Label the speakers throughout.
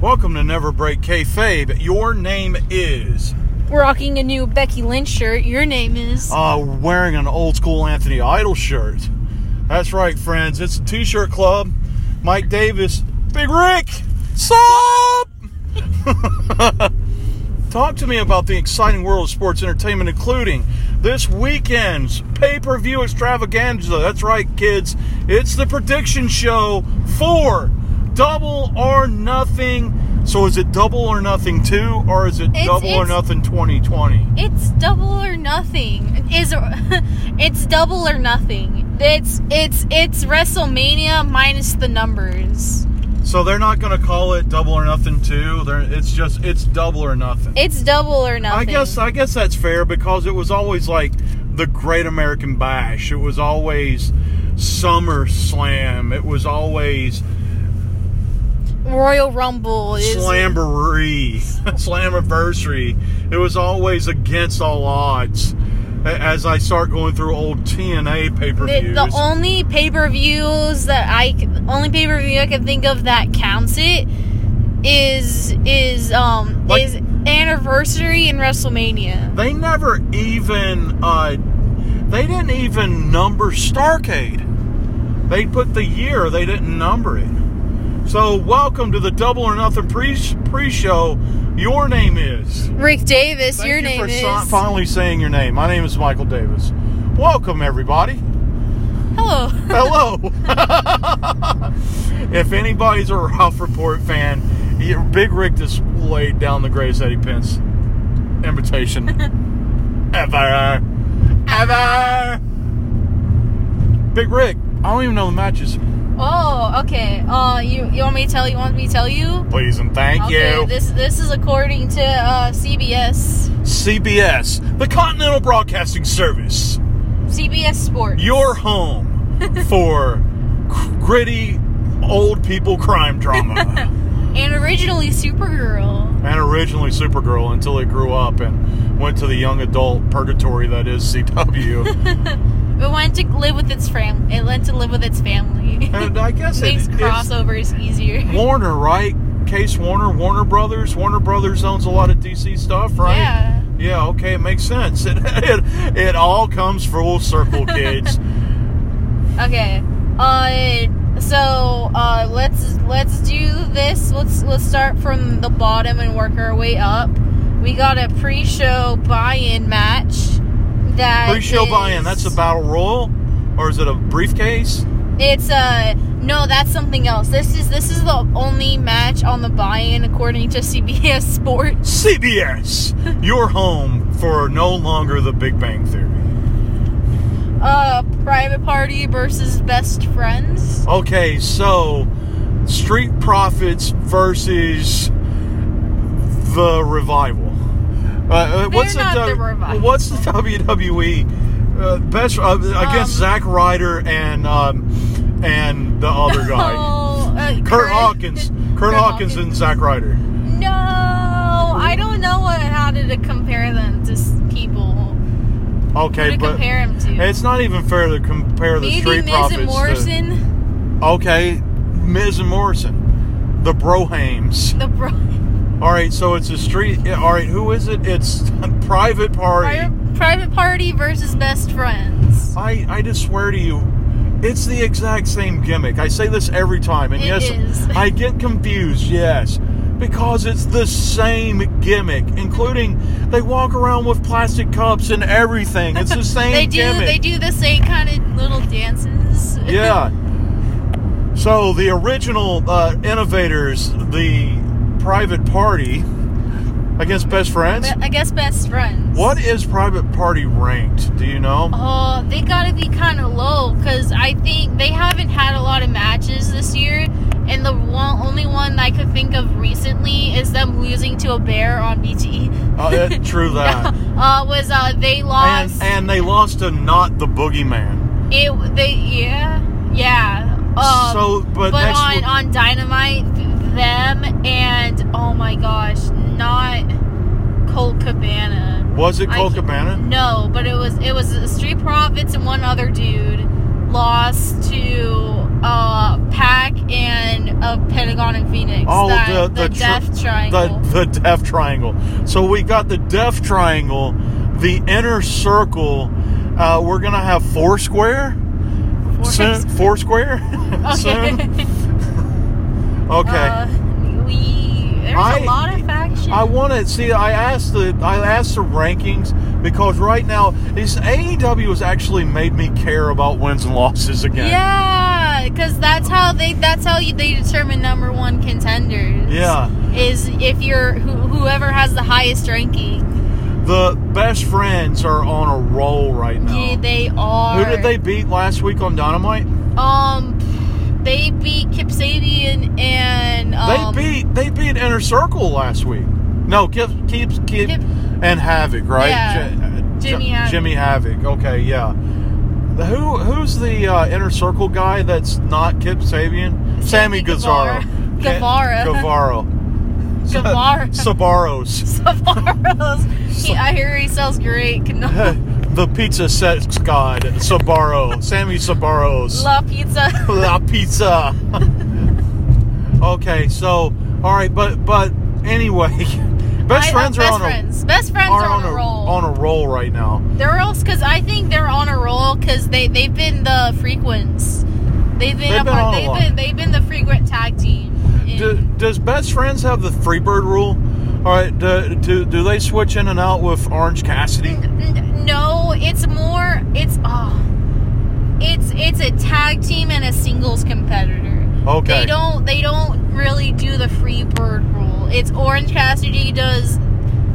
Speaker 1: Welcome to Never Break Kayfabe. Your name is
Speaker 2: Rocking a new Becky Lynch shirt. Your name is.
Speaker 1: uh, wearing an old school Anthony Idol shirt. That's right, friends. It's a T-shirt club. Mike Davis, Big Rick, Sup? Talk to me about the exciting world of sports entertainment, including this weekend's pay-per-view extravaganza. That's right, kids. It's the prediction show for Double or Nothing. So is it Double or Nothing two, or is it
Speaker 2: It's-
Speaker 1: Double or
Speaker 2: it's-
Speaker 1: Nothing 2020?
Speaker 2: It's double or nothing. Is it's double or nothing. It's it's it's WrestleMania minus the numbers.
Speaker 1: So they're not going to call it double or nothing too. They're, it's just it's double or nothing.
Speaker 2: It's double or nothing.
Speaker 1: I guess I guess that's fair because it was always like the Great American Bash. It was always Summer Slam. It was always
Speaker 2: Royal Rumble is.
Speaker 1: Slamboree, Slammiversary. It was always against all odds. A- As I start going through old TNA pay per
Speaker 2: The,
Speaker 1: views,
Speaker 2: the only pay per views that I c- only pay per view I can think of that counts it is is um
Speaker 1: Like-
Speaker 2: is anniversary and WrestleMania.
Speaker 1: they never even uh, they didn't even number Starcade. They put the year, they didn't number it. So welcome to the Double or Nothing pre pre show. Your name is.
Speaker 2: Rick Davis,
Speaker 1: Thank
Speaker 2: your
Speaker 1: you
Speaker 2: name
Speaker 1: for
Speaker 2: is.
Speaker 1: so- finally saying your name. My name is Michael Davis. Welcome everybody.
Speaker 2: Hello.
Speaker 1: Hello. if anybody's a Ralph Report fan, you- Big Rick just laid down the greatest Eddie Pence invitation ever. Ever. Big Rick, I don't even know the matches.
Speaker 2: Oh, okay. Uh, you you want me to tell you? Want me to tell you?
Speaker 1: Please and thank
Speaker 2: okay,
Speaker 1: you.
Speaker 2: This this is according to uh, CBS
Speaker 1: CBS, the Continental Broadcasting Service,
Speaker 2: CBS Sports.
Speaker 1: your home for cr- gritty old people crime drama.
Speaker 2: and originally Supergirl.
Speaker 1: and originally Supergirl until it grew up and went to the young adult purgatory that is CW.
Speaker 2: It went to live with its fam. It went to live with its family.
Speaker 1: and I guess it,
Speaker 2: Makes
Speaker 1: it's
Speaker 2: crossovers easier.
Speaker 1: Warner, right? Case Warner, Warner Brothers. Warner Brothers owns a lot of DC stuff, right?
Speaker 2: Yeah.
Speaker 1: Yeah, okay, it makes sense. It, it, it all comes full circle, kids.
Speaker 2: Okay. Uh, so uh, let's let's do this. Let's let's start from the bottom and work our way up. We got a pre-show buy-in match. That
Speaker 1: Pre-show
Speaker 2: is-
Speaker 1: buy-in, that's a battle royal? Or is it a briefcase?
Speaker 2: It's uh no, that's something else. This is this is the only match on the buy-in according to CBS Sports.
Speaker 1: CBS, your home for no longer the Big Bang Theory.
Speaker 2: Uh, private party versus best friends.
Speaker 1: Okay, so Street Profits versus the Revival. Uh, Uh, what's the,
Speaker 2: They're not
Speaker 1: W-
Speaker 2: The Revival.
Speaker 1: What's the WWE uh, best uh, against
Speaker 2: Um,
Speaker 1: Zack Ryder and um, and the other guy,
Speaker 2: Oh, uh,
Speaker 1: Kurt Hawkins, Kurt, Hawkins, and Zack Ryder.
Speaker 2: No, I don't know what how to compare them to s- people. Who
Speaker 1: Okay,
Speaker 2: to
Speaker 1: but
Speaker 2: compare them to?
Speaker 1: it's not even fair to compare the
Speaker 2: Maybe
Speaker 1: Street
Speaker 2: Miz
Speaker 1: Profits.
Speaker 2: and Morrison.
Speaker 1: To, okay, Miz and Morrison, the Brohams.
Speaker 2: The bro-
Speaker 1: All right, so it's a street. All right, who is it? It's private party.
Speaker 2: private, private party versus best friends.
Speaker 1: I I just swear to you, it's the exact same gimmick. I say this every time, and
Speaker 2: It
Speaker 1: yes,
Speaker 2: is.
Speaker 1: I get confused. Yes, because it's the same gimmick, including they walk around with plastic cups and everything. It's the same
Speaker 2: They do
Speaker 1: gimmick.
Speaker 2: they do the same kind of little dances.
Speaker 1: yeah. So the original uh, innovators, the private party against best friends.
Speaker 2: But I guess best friends.
Speaker 1: What is private party ranked? Do you know?
Speaker 2: Oh, they gotta be kind of low because I think they haven't had a lot of matches this year, and the one, only one I could think of recently is them losing to a bear on BT.
Speaker 1: Uh, it- true that.
Speaker 2: uh, was uh they
Speaker 1: And,
Speaker 2: lost
Speaker 1: and they lost to not the boogeyman.
Speaker 2: it? They yeah yeah. Um,
Speaker 1: so, but,
Speaker 2: but
Speaker 1: next
Speaker 2: on
Speaker 1: week-
Speaker 2: on Dynamite, them and oh my gosh, not Colt Cabana.
Speaker 1: was it
Speaker 2: I
Speaker 1: Cole
Speaker 2: can't-
Speaker 1: Cabana?
Speaker 2: No, but it was it was Street Profits and one other dude lost to uh, Pack and a Pentagon and Phoenix.
Speaker 1: Oh,
Speaker 2: that,
Speaker 1: the- the tr-
Speaker 2: Death Triangle.
Speaker 1: The, the death triangle. So we got the death triangle, the inner circle. Uh, we're gonna have Foursquare
Speaker 2: Four-
Speaker 1: soon. Foursquare
Speaker 2: okay.
Speaker 1: soon. Okay.
Speaker 2: Uh, we there's
Speaker 1: I-
Speaker 2: a lot of factions.
Speaker 1: I want to see. I asked the I asked the rankings because right now is AEW has actually made me care about wins and losses again.
Speaker 2: Yeah, because that's how they that's how you, they determine number one contenders.
Speaker 1: Yeah.
Speaker 2: is if you're who, whoever has the highest ranking.
Speaker 1: The best friends are on a roll right now.
Speaker 2: Yeah, they are.
Speaker 1: Who did they beat last week on Dynamite?
Speaker 2: Um, they beat Kipsadian and um,
Speaker 1: they beat they beat Inner Circle last week. No, Kip, Kip, Kip,
Speaker 2: Kip-
Speaker 1: and Havoc, right? uh,
Speaker 2: Yeah. Jimmy Havoc.
Speaker 1: Jimmy Havoc. Okay, yeah. The- Who who's the uh, Inner Circle guy that's not Kip Sabian?
Speaker 2: Sammy
Speaker 1: Sammy Guevara.
Speaker 2: Guevara.
Speaker 1: Guevara.
Speaker 2: Guevara.
Speaker 1: Sabaros.
Speaker 2: Savaro's. He, I hear he sells great cannoli.
Speaker 1: the pizza sex god. Sabaro. Sammy Sabaros.
Speaker 2: La pizza.
Speaker 1: La pizza. okay, so all right, but but anyway, best
Speaker 2: I- uh,
Speaker 1: friends are
Speaker 2: best
Speaker 1: on
Speaker 2: friends. best
Speaker 1: a
Speaker 2: friends
Speaker 1: are on a
Speaker 2: roll.
Speaker 1: on a roll right now.
Speaker 2: They're also because I think they're on a roll because they they've been the frequents. They've been
Speaker 1: They've
Speaker 2: up
Speaker 1: been on a
Speaker 2: they've
Speaker 1: lot.
Speaker 2: been they've been the frequent tag team. in-
Speaker 1: Do, does best friends have the freebird rule? All right, do, do do they switch in and out with Orange Cassidy?
Speaker 2: N- n- no, it's more it's oh, it's it's a tag team and a singles competitor.
Speaker 1: Okay.
Speaker 2: They don't they don't really do the free bird rule. It's Orange Cassidy does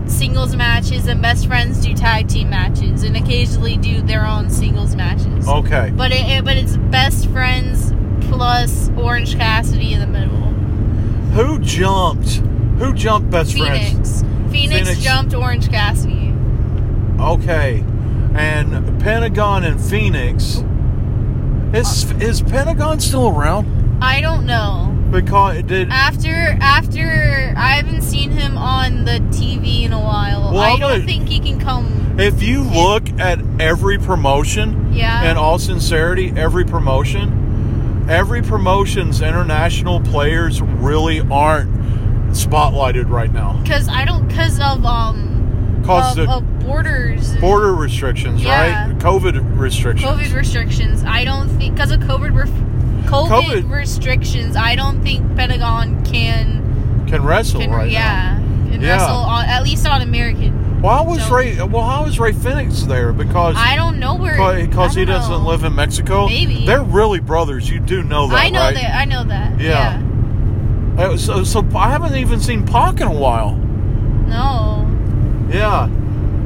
Speaker 2: singles matches and best friends do tag team matches and occasionally do their own singles matches.
Speaker 1: Okay.
Speaker 2: But it, it- but it's best friends plus Orange Cassidy in the middle.
Speaker 1: Who jumped? Who jumped best friends?
Speaker 2: Phoenix. Phoenix.
Speaker 1: Phoenix.
Speaker 2: jumped Orange Cassidy.
Speaker 1: Okay. And Pentagon and Phoenix. Is
Speaker 2: Uh,
Speaker 1: is Pentagon still around?
Speaker 2: I don't know.
Speaker 1: Because did
Speaker 2: After after I haven't seen him on the TV in a while.
Speaker 1: Well,
Speaker 2: I
Speaker 1: I'm
Speaker 2: don't
Speaker 1: gonna-
Speaker 2: think he can come.
Speaker 1: If you look at every promotion,
Speaker 2: Yeah.
Speaker 1: in all sincerity, every promotion, every promotion's international players really aren't spotlighted right now
Speaker 2: Cuz I don't cuz of um
Speaker 1: because
Speaker 2: of,
Speaker 1: the
Speaker 2: of borders and
Speaker 1: border restrictions,
Speaker 2: Yeah.
Speaker 1: right? COVID restrictions.
Speaker 2: COVID restrictions. I don't think cuz of COVID ref- COVID,
Speaker 1: COVID.
Speaker 2: restrictions. I don't think Pentagon can
Speaker 1: can wrestle
Speaker 2: can
Speaker 1: right now.
Speaker 2: yeah, can
Speaker 1: Yeah.
Speaker 2: wrestle on, at least on American.
Speaker 1: Why was
Speaker 2: So-
Speaker 1: Ray? Well, how is Ray Phoenix there? Because
Speaker 2: I don't know where
Speaker 1: because
Speaker 2: I
Speaker 1: he
Speaker 2: don't
Speaker 1: doesn't
Speaker 2: know.
Speaker 1: live in Mexico.
Speaker 2: Maybe.
Speaker 1: they're really brothers. You do know that,
Speaker 2: I know
Speaker 1: right?
Speaker 2: that. I know that.
Speaker 1: Yeah.
Speaker 2: Yeah.
Speaker 1: Uh, So, so I haven't even seen Pac in a while.
Speaker 2: No.
Speaker 1: Yeah.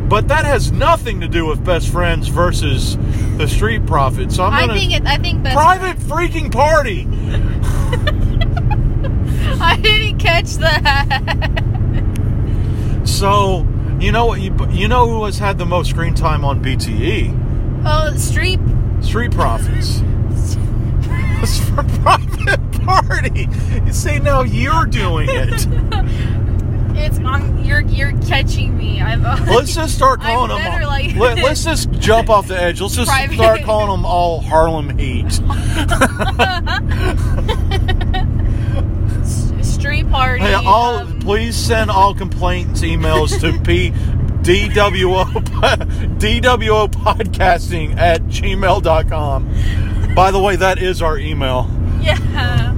Speaker 1: But that has nothing to do with best friends versus the street profits. So I'm
Speaker 2: i
Speaker 1: gonna
Speaker 2: think it. I think that's.
Speaker 1: private freaking party.
Speaker 2: I didn't catch that.
Speaker 1: So you know what you you know who has had the most screen time on BTE?
Speaker 2: oh, street.
Speaker 1: Street profits. It's for private party. You see now you're doing it.
Speaker 2: It's on. You're you're catching me. I'm.
Speaker 1: Let's just start
Speaker 2: I'm
Speaker 1: calling
Speaker 2: better
Speaker 1: them.
Speaker 2: like-
Speaker 1: let, us just jump off the edge. Let's just
Speaker 2: Private-
Speaker 1: start calling them all Harlem Heat.
Speaker 2: S- street party.
Speaker 1: Hey, all
Speaker 2: um,
Speaker 1: please send all complaints emails to p dwo dwo podcasting at gmail.com by the way that is our email
Speaker 2: Yeah.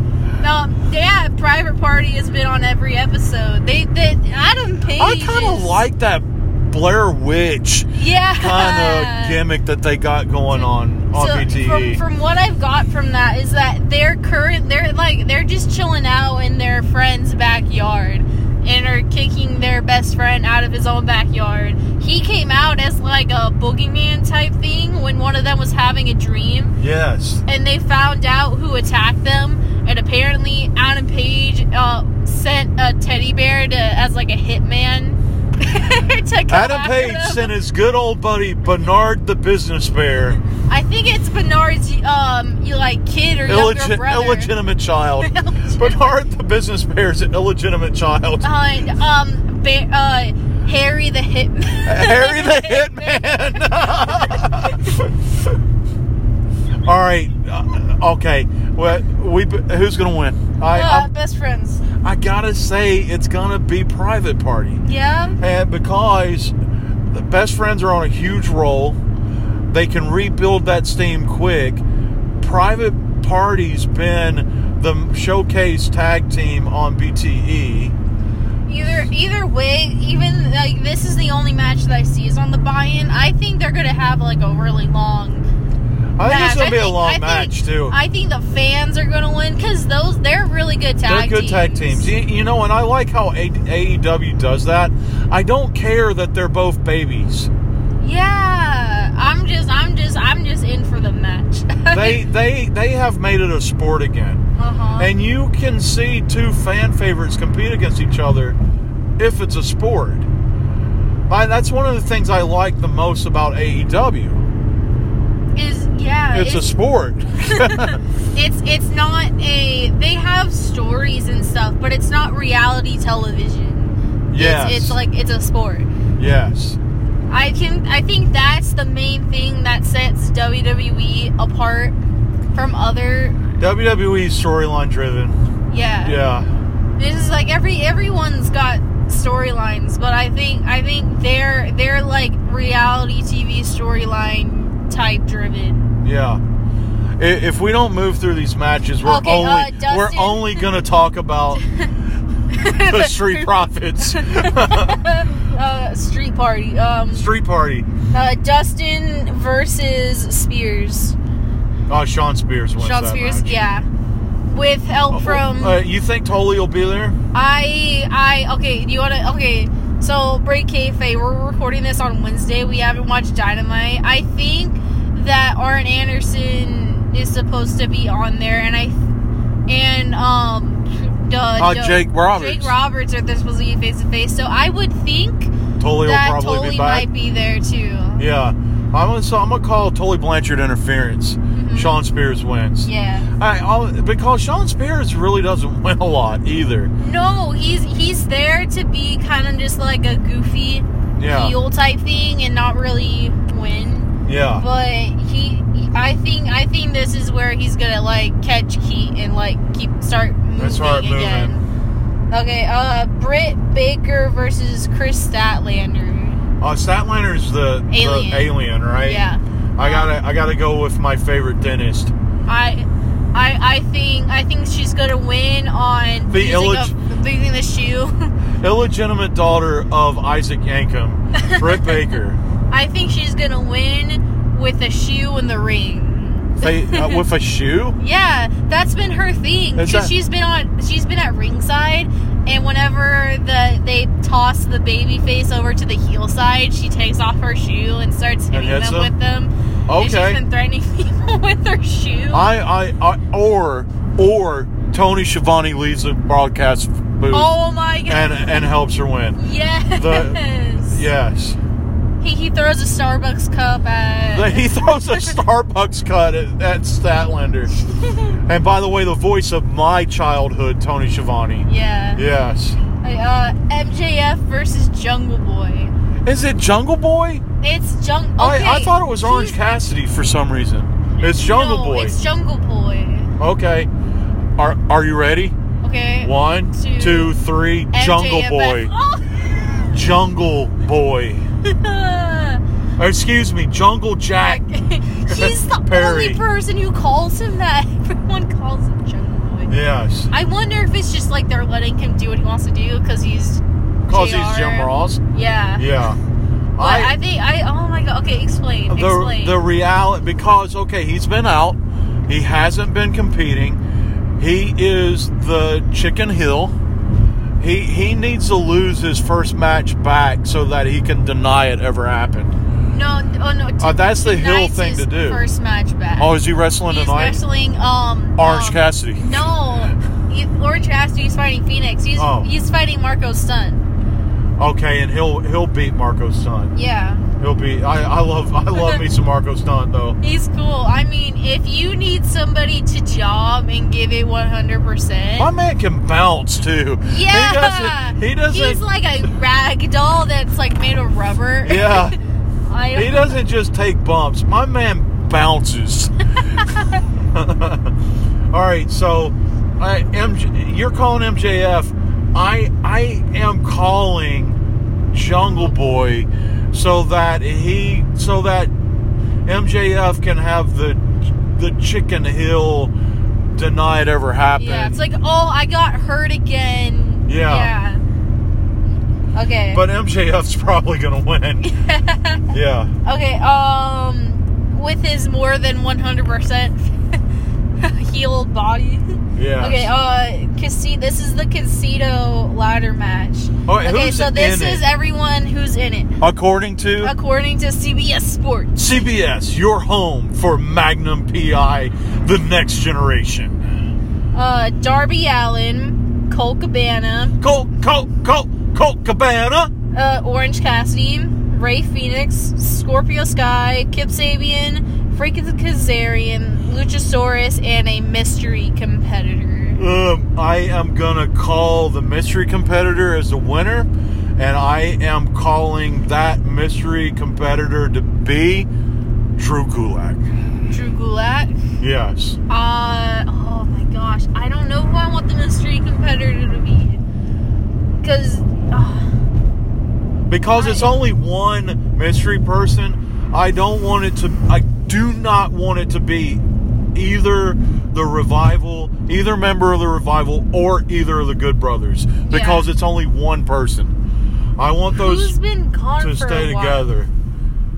Speaker 2: Um, yeah, private party has been on every episode. They, they Adam Page.
Speaker 1: i kind
Speaker 2: is-
Speaker 1: of like that blair witch
Speaker 2: Yeah.
Speaker 1: kind of gimmick that they got going on on E.
Speaker 2: So,
Speaker 1: bte
Speaker 2: From, from what I've got from that is that they're current they're like they're just chilling out in their friend's backyard and are kicking their best friend out of his own backyard. He came out as like a boogeyman type thing when one of them was having a dream
Speaker 1: yes
Speaker 2: and they found out who attacked them and apparently Adam Page uh, sent a teddy bear to as like a hitman. to come
Speaker 1: adam
Speaker 2: after
Speaker 1: page
Speaker 2: them.
Speaker 1: sent his good old buddy bernard the business bear
Speaker 2: I think it's Bernard's um, you like kid or younger
Speaker 1: illegi-
Speaker 2: brother.
Speaker 1: illegitimate child bernard the business bear is an illegitimate child
Speaker 2: And, um, ba- uh, Harry the Hitman.
Speaker 1: Harry the Hitman. All right. uh, okay. Well, we who's gonna win? I
Speaker 2: Uh,
Speaker 1: I'm-
Speaker 2: best friends.
Speaker 1: I gotta say it's gonna be private party.
Speaker 2: Yeah.
Speaker 1: And because the best friends are on a huge roll, they can rebuild that steam quick. Private Party's been the showcase tag team on E. BTE.
Speaker 2: Either either way, even like this is the only match that I see is on the buy-in. I think they're gonna have like a really long.
Speaker 1: I think it's
Speaker 2: match.
Speaker 1: gonna be a long
Speaker 2: I
Speaker 1: match
Speaker 2: think,
Speaker 1: too.
Speaker 2: I think the fans are gonna win because those they're really good
Speaker 1: They're
Speaker 2: tag.
Speaker 1: good
Speaker 2: teams.
Speaker 1: tag teams. You, you know, and I like how A- AEW does that. I don't care that they're both babies.
Speaker 2: Yeah, I'm just I'm just I'm just in for the match.
Speaker 1: They they they have made it a sport again.
Speaker 2: uh-huh.
Speaker 1: And you can see two fan favorites compete against each other if it's a sport. I, that's one of the things I like the most about
Speaker 2: Uh,
Speaker 1: AEW.
Speaker 2: is yeah.
Speaker 1: It's a sport.
Speaker 2: it's it's not a they have stories and stuff but it's not reality television
Speaker 1: Yes.
Speaker 2: it's, it's like it's a sport
Speaker 1: Yes.
Speaker 2: i can i think that's the main thing that sets wwe apart from other
Speaker 1: WWE E storyline driven.
Speaker 2: yeah
Speaker 1: Yeah.
Speaker 2: this is like every everyone's got storylines but i think i think they're they're like reality tv storyline type driven
Speaker 1: Yeah. I- If we don't move through these matches, we're
Speaker 2: Okay, uh,
Speaker 1: only we're
Speaker 2: Dustin-
Speaker 1: only gonna talk about the Street Profits,
Speaker 2: uh, street party um
Speaker 1: Street Party.
Speaker 2: Uh, Dustin versus Spears.
Speaker 1: Oh, Sean Spears wins
Speaker 2: Sean
Speaker 1: that
Speaker 2: Spears,
Speaker 1: match.
Speaker 2: yeah. With help from
Speaker 1: Uh, you think Tully will be there?
Speaker 2: I I okay, do you wanna okay, so break kayfabe, we're recording this on Wednesday. We haven't watched Dynamite. I think that Arn Anderson is supposed to be on there and I and um duh,
Speaker 1: Uh, Jake Roberts.
Speaker 2: Jake Roberts are they're supposed to be face to face. So I would think
Speaker 1: Tully will
Speaker 2: that
Speaker 1: probably
Speaker 2: Tully
Speaker 1: be back.
Speaker 2: might be there too.
Speaker 1: Yeah, I'm gonna so I'm gonna call Tully Blanchard interference. Sean Spears wins.
Speaker 2: Mm-hmm. Yeah.
Speaker 1: I, I'll, because Sean Spears really doesn't win a lot either.
Speaker 2: No, he's he's there to be kind of just like a goofy
Speaker 1: Yeah,
Speaker 2: heel type thing and not really win.
Speaker 1: yeah,
Speaker 2: But he, I think I think this is where he's gonna like catch heat and like keep start moving
Speaker 1: start moving.
Speaker 2: again. Okay, uh, Britt Baker versus Chris Statlander.
Speaker 1: uh, Statlander's the
Speaker 2: Alien.
Speaker 1: the alien, right?
Speaker 2: Yeah,
Speaker 1: I gotta I gotta go with my favorite dentist.
Speaker 2: I. I, I think I think she's gonna win on
Speaker 1: The
Speaker 2: using,
Speaker 1: illeg-
Speaker 2: a, using the shoe.
Speaker 1: Illegitimate daughter of Isaac Yankum, Britt Baker,
Speaker 2: I think she's gonna win with a shoe in the ring.
Speaker 1: Fa uh, with a shoe.
Speaker 2: Yeah, that's been her thing.
Speaker 1: Is
Speaker 2: 'Cause
Speaker 1: that-
Speaker 2: she's been on. She's been at ringside, and whenever the they toss the baby face over to the heel side, she takes off her shoe and starts hitting
Speaker 1: hits
Speaker 2: them,
Speaker 1: them?
Speaker 2: with them. And she's
Speaker 1: Okay,
Speaker 2: been threatening people with her shoe.
Speaker 1: I, I I or or Tony Schiavone leaves the broadcast booth
Speaker 2: oh my god!
Speaker 1: and and helps her win.
Speaker 2: yes.
Speaker 1: Yes.
Speaker 2: He, he throws a Starbucks cup at.
Speaker 1: He throws a Starbucks cut at, at Statlander. and by the way, the voice of my childhood, Tony Schiavone.
Speaker 2: yeah.
Speaker 1: Yes.
Speaker 2: Uh, MJF versus Jungle Boy.
Speaker 1: Is it Jungle Boy?
Speaker 2: It's Jungle. Okay.
Speaker 1: I, I thought it was Orange
Speaker 2: he's-
Speaker 1: Cassidy for some reason. It's Jungle
Speaker 2: no,
Speaker 1: Boy.
Speaker 2: It's Jungle Boy.
Speaker 1: okay. Are Are you ready?
Speaker 2: Okay.
Speaker 1: One,
Speaker 2: Two.
Speaker 1: two, three. Jungle
Speaker 2: MJF.
Speaker 1: Boy. Jungle Boy.
Speaker 2: Oh.
Speaker 1: Or excuse me, Jungle Jack.
Speaker 2: He's the
Speaker 1: Perry.
Speaker 2: only person who calls him that. Everyone calls him Jungle Boy.
Speaker 1: Yes.
Speaker 2: I wonder if it's just like they're letting him do what he wants to do because he's.
Speaker 1: Cause he's
Speaker 2: JR.
Speaker 1: Jim Ross.
Speaker 2: Yeah.
Speaker 1: Yeah.
Speaker 2: But I, think I. Oh my god. Okay, explain.
Speaker 1: the,
Speaker 2: explain.
Speaker 1: the reality because okay he's been out he hasn't been competing he is the chicken hill he he needs to lose his first match back so that he can deny it ever happened
Speaker 2: no. Oh no. t-
Speaker 1: uh, that's the hill
Speaker 2: tonight's
Speaker 1: thing
Speaker 2: his
Speaker 1: to do
Speaker 2: First match back.
Speaker 1: oh is he wrestling
Speaker 2: he's
Speaker 1: tonight
Speaker 2: wrestling. Um.
Speaker 1: orange
Speaker 2: um,
Speaker 1: cassidy
Speaker 2: No. He, Orange Cassidy. He's fighting Phoenix. He's
Speaker 1: Oh.
Speaker 2: he's fighting Marco's son.
Speaker 1: okay and he'll he'll beat marco's son
Speaker 2: Yeah.
Speaker 1: he'll be i, I love i love me some marco's son though
Speaker 2: He's cool. I mean, if you need somebody to job and give it 100%.
Speaker 1: my man can bounce too
Speaker 2: yeah.
Speaker 1: he doesn't he doesn't
Speaker 2: He's like a rag doll that's like made of rubber.
Speaker 1: yeah
Speaker 2: I
Speaker 1: He doesn't just take bumps. My man bounces. All right, so I MJ, you're calling MJF. I I am calling Jungle Boy so that he so that MJF can have the the chicken hill deny it ever happened.
Speaker 2: Yeah, it's like, oh, I got hurt again.
Speaker 1: Yeah.
Speaker 2: Yeah. Okay.
Speaker 1: but MJF's probably gonna win. yeah.
Speaker 2: okay. Um, with his more than one hundred percent healed body.
Speaker 1: Yeah.
Speaker 2: Okay. Uh, Casi- This is the Casito ladder match.
Speaker 1: All right,
Speaker 2: okay.
Speaker 1: Oh, who's
Speaker 2: So this
Speaker 1: in
Speaker 2: is
Speaker 1: it?
Speaker 2: everyone who's in it,
Speaker 1: According to
Speaker 2: according to CBS Sports.
Speaker 1: CBS, your home for Magnum PI, the next generation.
Speaker 2: Uh, Darby Allen, Cole Cabana,
Speaker 1: Colt, Colt, Colt, Colt Cabana.
Speaker 2: uh, Orange Cassidy, Ray Phoenix, Scorpio Sky, Kip Sabian, Frank Kazarian, Luchasaurus, and a mystery competitor.
Speaker 1: Um, I am gonna call the mystery competitor as the winner, and I am calling that mystery competitor to be Drew Gulak.
Speaker 2: Drew Gulak.
Speaker 1: Yes.
Speaker 2: Uh, oh my gosh. I don't know who I want the mystery competitor to be. uh, Because,
Speaker 1: Because it's
Speaker 2: Right.
Speaker 1: only one mystery person, I don't want it to. I do not want it to be either the revival, either member of the revival, or either of the Good Brothers. Because it's only one person. I want
Speaker 2: who's
Speaker 1: those
Speaker 2: been gone
Speaker 1: to
Speaker 2: for
Speaker 1: stay
Speaker 2: a while?
Speaker 1: together.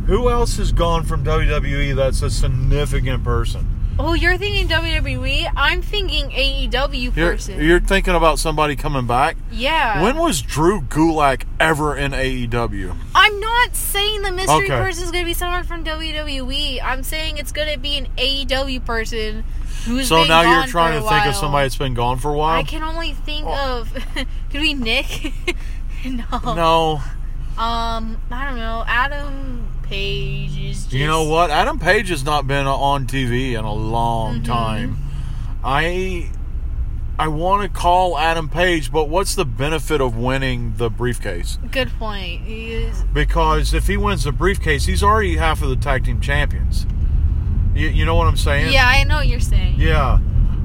Speaker 1: Who else has gone from WWE that's a significant person?
Speaker 2: Oh, you're thinking WWE? I'm thinking E AEW
Speaker 1: You're,
Speaker 2: person.
Speaker 1: you're thinking about somebody coming back.
Speaker 2: yeah.
Speaker 1: When was Drew Gulak ever in E AEW?
Speaker 2: I'm not saying the mystery
Speaker 1: Okay.
Speaker 2: person is going to be someone from WWE. I'm saying it's going to be an AEW person who's
Speaker 1: So
Speaker 2: been
Speaker 1: now
Speaker 2: gone
Speaker 1: you're
Speaker 2: for
Speaker 1: trying
Speaker 2: a
Speaker 1: to think
Speaker 2: while.
Speaker 1: of somebody that's been gone for a while.
Speaker 2: I can only think
Speaker 1: Oh.
Speaker 2: of could be Nick. no.
Speaker 1: No,
Speaker 2: Um, I don't know. Adam Page is. Just,
Speaker 1: you know what? Adam Page has not been on TV in a long time. I I want to call Adam Page, but what's the benefit of winning the briefcase?
Speaker 2: Good point. He is-
Speaker 1: Because if he wins the briefcase, he's already half of the tag team champions. You, you know what I'm saying?
Speaker 2: yeah, I know what you're saying.
Speaker 1: Yeah.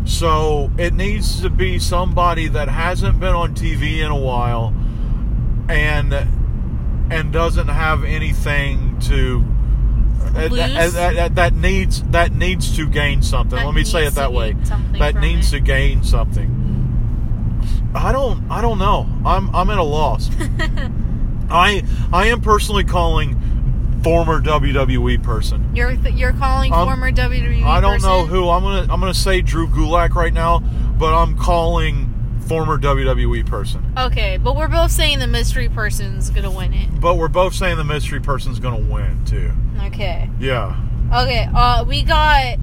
Speaker 1: So it needs to be somebody that hasn't been on TV in a while and and doesn't have anything to uh, that, that,
Speaker 2: Lose?
Speaker 1: that- that needs that needs to gain something.
Speaker 2: That
Speaker 1: Let me say
Speaker 2: needs
Speaker 1: it that
Speaker 2: to
Speaker 1: way.
Speaker 2: gain something
Speaker 1: That
Speaker 2: from
Speaker 1: needs
Speaker 2: it.
Speaker 1: to gain something. I don't I don't know. I'm I'm at a loss. I I am personally calling former WWE person.
Speaker 2: You're th- you're calling
Speaker 1: Um,
Speaker 2: former WWE.
Speaker 1: I don't know
Speaker 2: person?
Speaker 1: who. I'm gonna I'm gonna say Drew Gulak right now, but I'm calling former WWE person.
Speaker 2: Okay, but we're both saying the mystery person's gonna win it.
Speaker 1: But we're both saying the mystery person's gonna win too.
Speaker 2: Okay.
Speaker 1: Yeah.
Speaker 2: Okay, uh, we got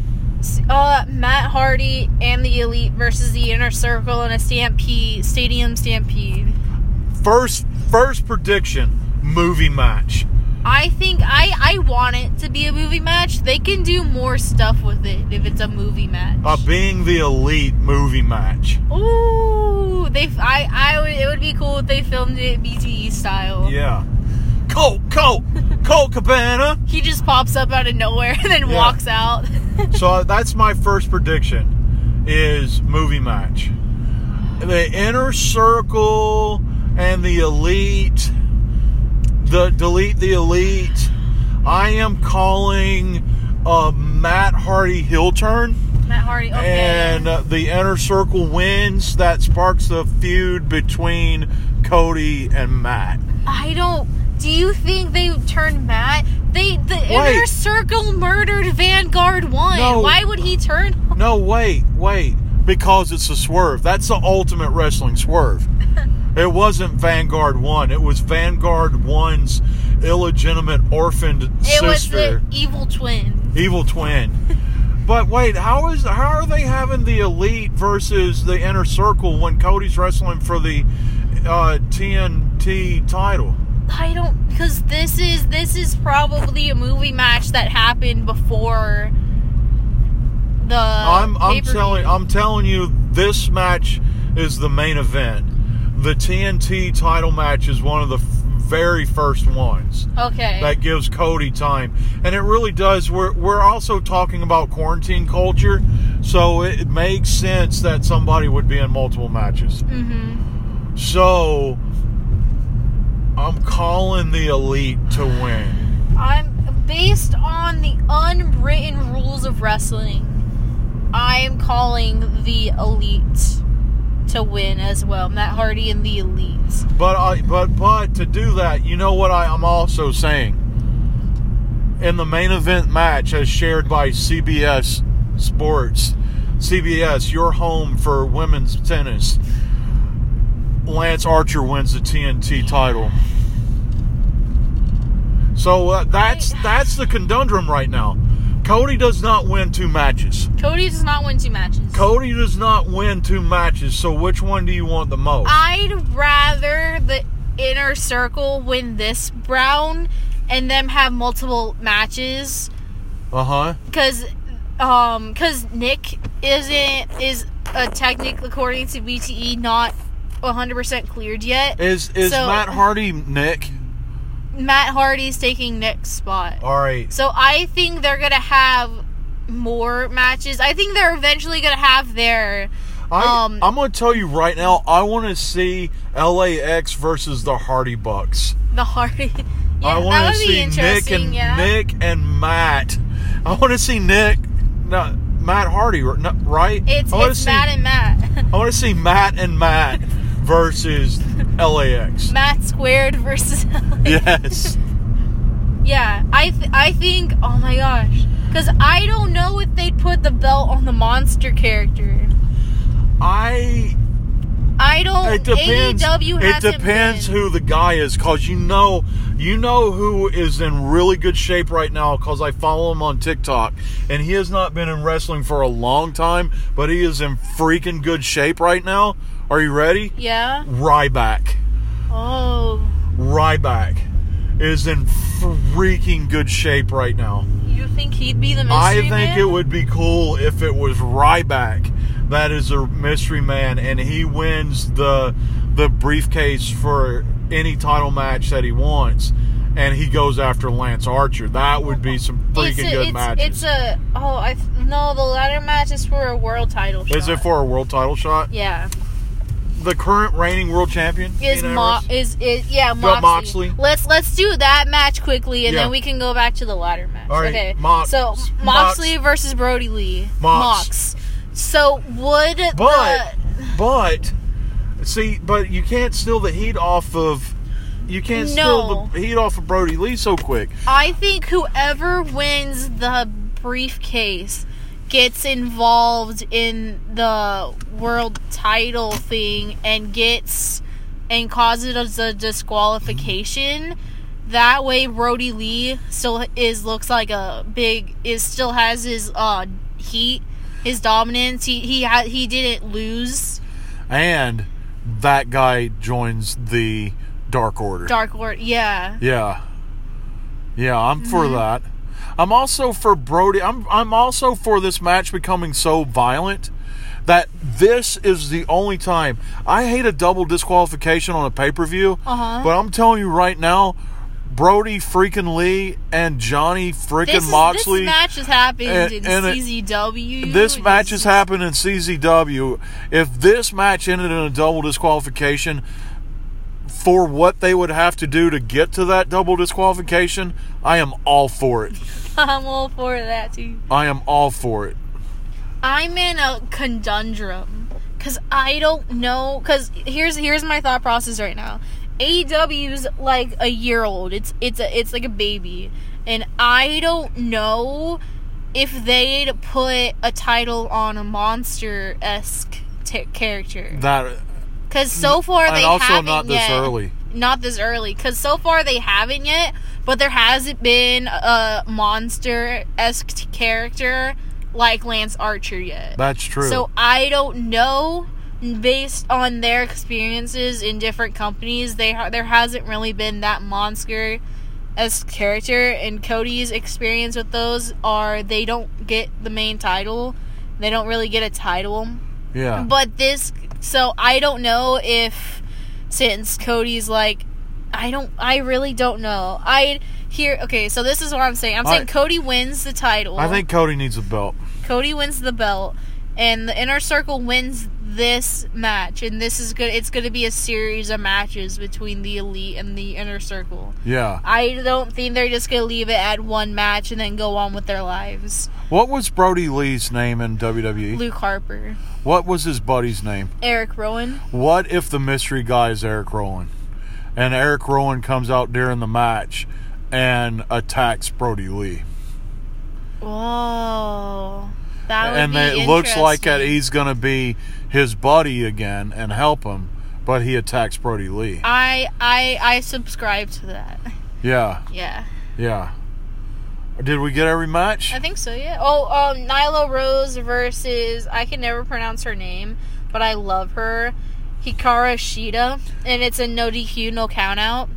Speaker 2: uh, Matt Hardy and the Elite versus the Inner Circle in a Stampede Stadium Stampede.
Speaker 1: First first prediction movie match.
Speaker 2: I think I I want it to be a movie match. They can do more stuff with it if it's a movie match.
Speaker 1: Uh, being the elite movie match.
Speaker 2: Ooh, they I I would it would be cool if they filmed it BTE style.
Speaker 1: Yeah. Colt Colt Colt Cabana.
Speaker 2: He just pops up out of nowhere and then
Speaker 1: Yeah.
Speaker 2: walks out.
Speaker 1: So that's my first prediction is movie match. The inner circle and the elite the delete the elite. I am calling a Matt Hardy heel turn
Speaker 2: Matt Hardy. Okay.
Speaker 1: and uh, the inner circle wins that sparks the feud between Cody and Matt.
Speaker 2: I don't. Do you think they turned Matt? They the inner
Speaker 1: Wait.
Speaker 2: circle murdered Vanguard One.
Speaker 1: No.
Speaker 2: Why would he turn?
Speaker 1: No, wait, wait. Because it's a swerve. That's the ultimate wrestling swerve. it wasn't Vanguard 1. It was Vanguard 1's illegitimate orphaned
Speaker 2: It was
Speaker 1: sister,
Speaker 2: the evil twin.
Speaker 1: evil twin. but wait, how is how are they having the elite versus the inner circle when Cody's wrestling for the uh, TNT title?
Speaker 2: I don't because this is this is probably a movie match that happened before the.
Speaker 1: I'm I'm
Speaker 2: pay-per-view.
Speaker 1: telling I'm telling you this match is the main event. The TNT title match is one of the f- very first ones
Speaker 2: Okay.
Speaker 1: that gives Cody time, and it really does. We're we're also talking about quarantine culture, So it makes sense that somebody would be in multiple matches.
Speaker 2: Mm-hmm.
Speaker 1: So I'm calling the elite to win.
Speaker 2: I'm based on the unwritten rules of wrestling. I am calling the elite to win as well. Matt Hardy and the elite.
Speaker 1: But I but but to do that, you know what I, I'm also saying? In the main event match as shared by CBS Sports, CBS, your home for women's tennis. Lance Archer wins the TNT title. So uh, that's
Speaker 2: Right.
Speaker 1: that's the conundrum right now. Cody does not win two matches.
Speaker 2: Cody does not win two matches.
Speaker 1: Cody does not win two matches. So which one do you want the most?
Speaker 2: I'd rather the inner circle win this round and them have multiple matches
Speaker 1: Uh huh.
Speaker 2: because um because Nick isn't is a technic according to BTE not 100% cleared yet.
Speaker 1: Is is
Speaker 2: So-
Speaker 1: Matt Hardy Nick?
Speaker 2: Matt Hardy's taking Nick's spot.
Speaker 1: All right.
Speaker 2: So I think they're going to have more matches. I think they're eventually going to have their
Speaker 1: I,
Speaker 2: Um,
Speaker 1: I'm going to tell you right now. I want to see LAX versus the Hardy Bucks.
Speaker 2: the Hardy.
Speaker 1: I
Speaker 2: Yeah,
Speaker 1: want
Speaker 2: that
Speaker 1: to
Speaker 2: would be
Speaker 1: see Nick
Speaker 2: interesting.
Speaker 1: and
Speaker 2: yeah.
Speaker 1: Nick and Matt. I want to see Nick, no, Matt Hardy, r- no, right?
Speaker 2: It's,
Speaker 1: I want to
Speaker 2: it's
Speaker 1: see,
Speaker 2: Matt and Matt.
Speaker 1: I want to see Matt and Matt versus LAX.
Speaker 2: Matt squared versus.
Speaker 1: yes.
Speaker 2: yeah, I th- I think. Oh my gosh, because I don't know if they'd put the belt on the monster character.
Speaker 1: I.
Speaker 2: I don't.
Speaker 1: It depends.
Speaker 2: AEW
Speaker 1: It
Speaker 2: has
Speaker 1: depends who the guy is, cause you know, you know who is in really good shape right now, cause I follow him on TikTok, and he has not been in wrestling for a long time, but he is in freaking good shape right now. Are you ready?
Speaker 2: Yeah.
Speaker 1: Ryback,
Speaker 2: Oh,
Speaker 1: Ryback is in freaking good shape right now.
Speaker 2: you think he'd be the mystery
Speaker 1: I think
Speaker 2: man?
Speaker 1: it would be cool if it was Ryback that is a mystery man and he wins the the briefcase for any title match that he wants and he goes after Lance Archer. That would be some freaking
Speaker 2: it's a,
Speaker 1: good
Speaker 2: it's,
Speaker 1: matches.
Speaker 2: It's a. Oh, I th- no. The latter match is for a world title.
Speaker 1: is it
Speaker 2: shot.
Speaker 1: for a world title shot?
Speaker 2: Yeah.
Speaker 1: The current reigning world champion
Speaker 2: Is
Speaker 1: Dean
Speaker 2: Mo-
Speaker 1: Ambrose?
Speaker 2: is is yeah
Speaker 1: Got Moxley.
Speaker 2: Moxley. Let's let's do that match quickly, and
Speaker 1: Yeah.
Speaker 2: then we can go back to the ladder match.
Speaker 1: All right,
Speaker 2: Okay.
Speaker 1: Mox-
Speaker 2: so Moxley versus Brody Lee.
Speaker 1: Mox.
Speaker 2: Mox. So would
Speaker 1: But
Speaker 2: the,
Speaker 1: but see, but you can't steal the heat off of you can't steal
Speaker 2: No.
Speaker 1: the heat off of Brody Lee so quick.
Speaker 2: I think whoever wins the briefcase gets involved in the world title thing and gets and causes a disqualification. That way, Brody Lee still is looks like a big is still has his uh heat, his dominance. He he ha- he didn't lose
Speaker 1: and that guy joins the Dark Order.
Speaker 2: Dark Lord. Yeah,
Speaker 1: yeah, yeah, I'm
Speaker 2: Mm-hmm.
Speaker 1: for that. I'm also for Brody. I'm I'm also for this match becoming so violent that this is the only time I hate a double disqualification on a pay per view.
Speaker 2: Uh-huh.
Speaker 1: But I'm telling you right now. Brody freaking Lee and Johnny freaking
Speaker 2: this, is,
Speaker 1: Moxley.
Speaker 2: this match has happened
Speaker 1: and-
Speaker 2: in
Speaker 1: and it-
Speaker 2: CZW.
Speaker 1: this
Speaker 2: It
Speaker 1: match
Speaker 2: is-
Speaker 1: has happened in CZW. If this match ended in a double disqualification, for what they would have to do to get to that double disqualification, I am all for it.
Speaker 2: I'm all for that too.
Speaker 1: I am all for it.
Speaker 2: I'm in a conundrum because I don't know. Because here's here's my thought process right now. AEW's like a year old. It's it's a, it's like a baby, and I don't know if they'd put a title on a monster esque t- character.
Speaker 1: That
Speaker 2: Because so far they
Speaker 1: Mm, and also
Speaker 2: haven't
Speaker 1: not this
Speaker 2: yet.
Speaker 1: early.
Speaker 2: Not this early, because so far they haven't yet. But there hasn't been a monster esque character like Lance Archer yet.
Speaker 1: That's true.
Speaker 2: So I don't know. Based on their experiences in different companies, they ha- there hasn't really been that monster as character. And Cody's experience with those are they don't get the main title, they don't really get a title.
Speaker 1: yeah.
Speaker 2: But this, so I don't know if since Cody's like, I don't, I really don't know. I here, okay, so this is what I'm saying. I'm saying
Speaker 1: I-
Speaker 2: Cody wins the title.
Speaker 1: I think Cody needs a belt.
Speaker 2: Cody wins the belt. and the inner circle wins this match and this is good it's going to be a series of matches between the elite and the inner circle
Speaker 1: Yeah.
Speaker 2: i don't think they're just going to leave it at one match and then go on with their lives
Speaker 1: What was Brody Lee's name in WWE?
Speaker 2: luke harper
Speaker 1: What was his buddy's name?
Speaker 2: eric rowan
Speaker 1: What if the mystery guy is Eric Rowan? And Eric Rowan comes out during the match and attacks Brody Lee.
Speaker 2: whoa that would
Speaker 1: And
Speaker 2: be
Speaker 1: it looks like E that
Speaker 2: interesting.
Speaker 1: he's going to be his buddy again and help him, but he attacks Brody Lee.
Speaker 2: i i i subscribe to that
Speaker 1: Yeah,
Speaker 2: yeah
Speaker 1: yeah. Did we get every match?
Speaker 2: I think so, yeah. Oh, um, Nyla Rose versus I can never pronounce her name, but I love her. Hikaru Shida, and it's a no DQ, no count out.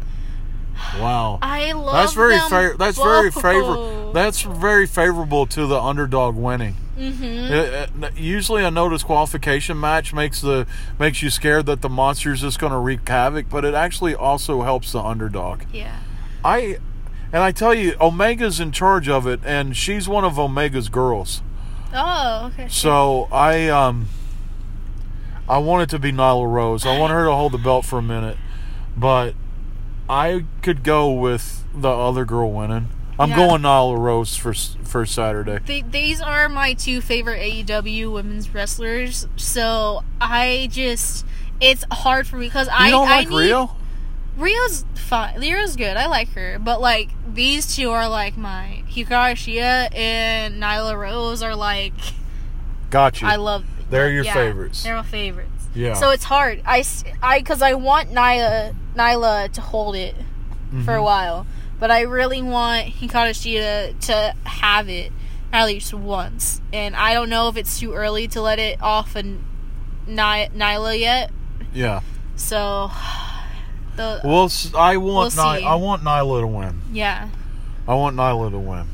Speaker 1: Wow.
Speaker 2: I love
Speaker 1: That's very
Speaker 2: them
Speaker 1: fair. That's very
Speaker 2: both.
Speaker 1: favor. That's very favorable to the underdog winning.
Speaker 2: Mhm.
Speaker 1: It- it- usually, a no disqualification match makes the makes you scared that the monster's just going to wreak havoc, but it actually also helps the underdog.
Speaker 2: Yeah.
Speaker 1: I and I tell you, Omega's in charge of it, and she's one of Omega's girls.
Speaker 2: Oh, okay.
Speaker 1: So I um I want it to be Nyla Rose. I want her to hold the belt for a minute, but I could go with the other girl winning. I'm
Speaker 2: Yeah.
Speaker 1: going Nyla Rose for s- for Saturday.
Speaker 2: Th- these are my two favorite AEW women's wrestlers. So I just, it's hard for me because
Speaker 1: You
Speaker 2: I
Speaker 1: don't
Speaker 2: I
Speaker 1: like
Speaker 2: need,
Speaker 1: Rio?
Speaker 2: Rio's fine. Rio's good. I like her. But like these two are like my Hikaru Shia and Nyla Rose are like
Speaker 1: Got you.
Speaker 2: I love.
Speaker 1: They're your
Speaker 2: yeah,
Speaker 1: favorites.
Speaker 2: They're my favorites.
Speaker 1: Yeah.
Speaker 2: So it's hard. I s- I because I want Nyla Nyla to hold it for
Speaker 1: Mm-hmm.
Speaker 2: a while, but I really want Hikaru Shida to have it at least once. And I don't know if it's too early to let it off and Ny- Nyla yet.
Speaker 1: yeah.
Speaker 2: So the
Speaker 1: Well, s- I want
Speaker 2: We'll
Speaker 1: Ny-
Speaker 2: see.
Speaker 1: I want Nyla to win.
Speaker 2: yeah.
Speaker 1: I want Nyla to win.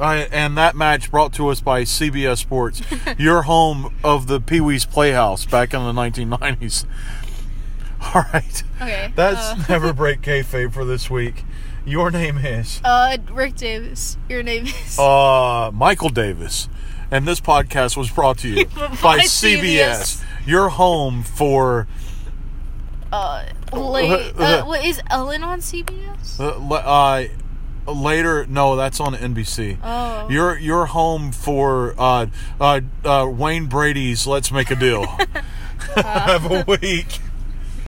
Speaker 1: I, and that match brought to us by CBS Sports, your home of the Pee Wee's Playhouse back in the 1990s. All right.
Speaker 2: Okay.
Speaker 1: That's
Speaker 2: uh,
Speaker 1: never break kayfabe for this week. Your name is
Speaker 2: Uh, Rick Davis. Your name is.
Speaker 1: uh, Michael Davis, and this podcast was brought to you by
Speaker 2: By
Speaker 1: CBS, your home for
Speaker 2: Uh, late, uh, what is Ellen on CBS?
Speaker 1: uh, le- uh, later. No, that's on NBC.
Speaker 2: Oh.
Speaker 1: Your your home for uh, uh, uh, Wayne Brady's. Let's make a deal. Have a week.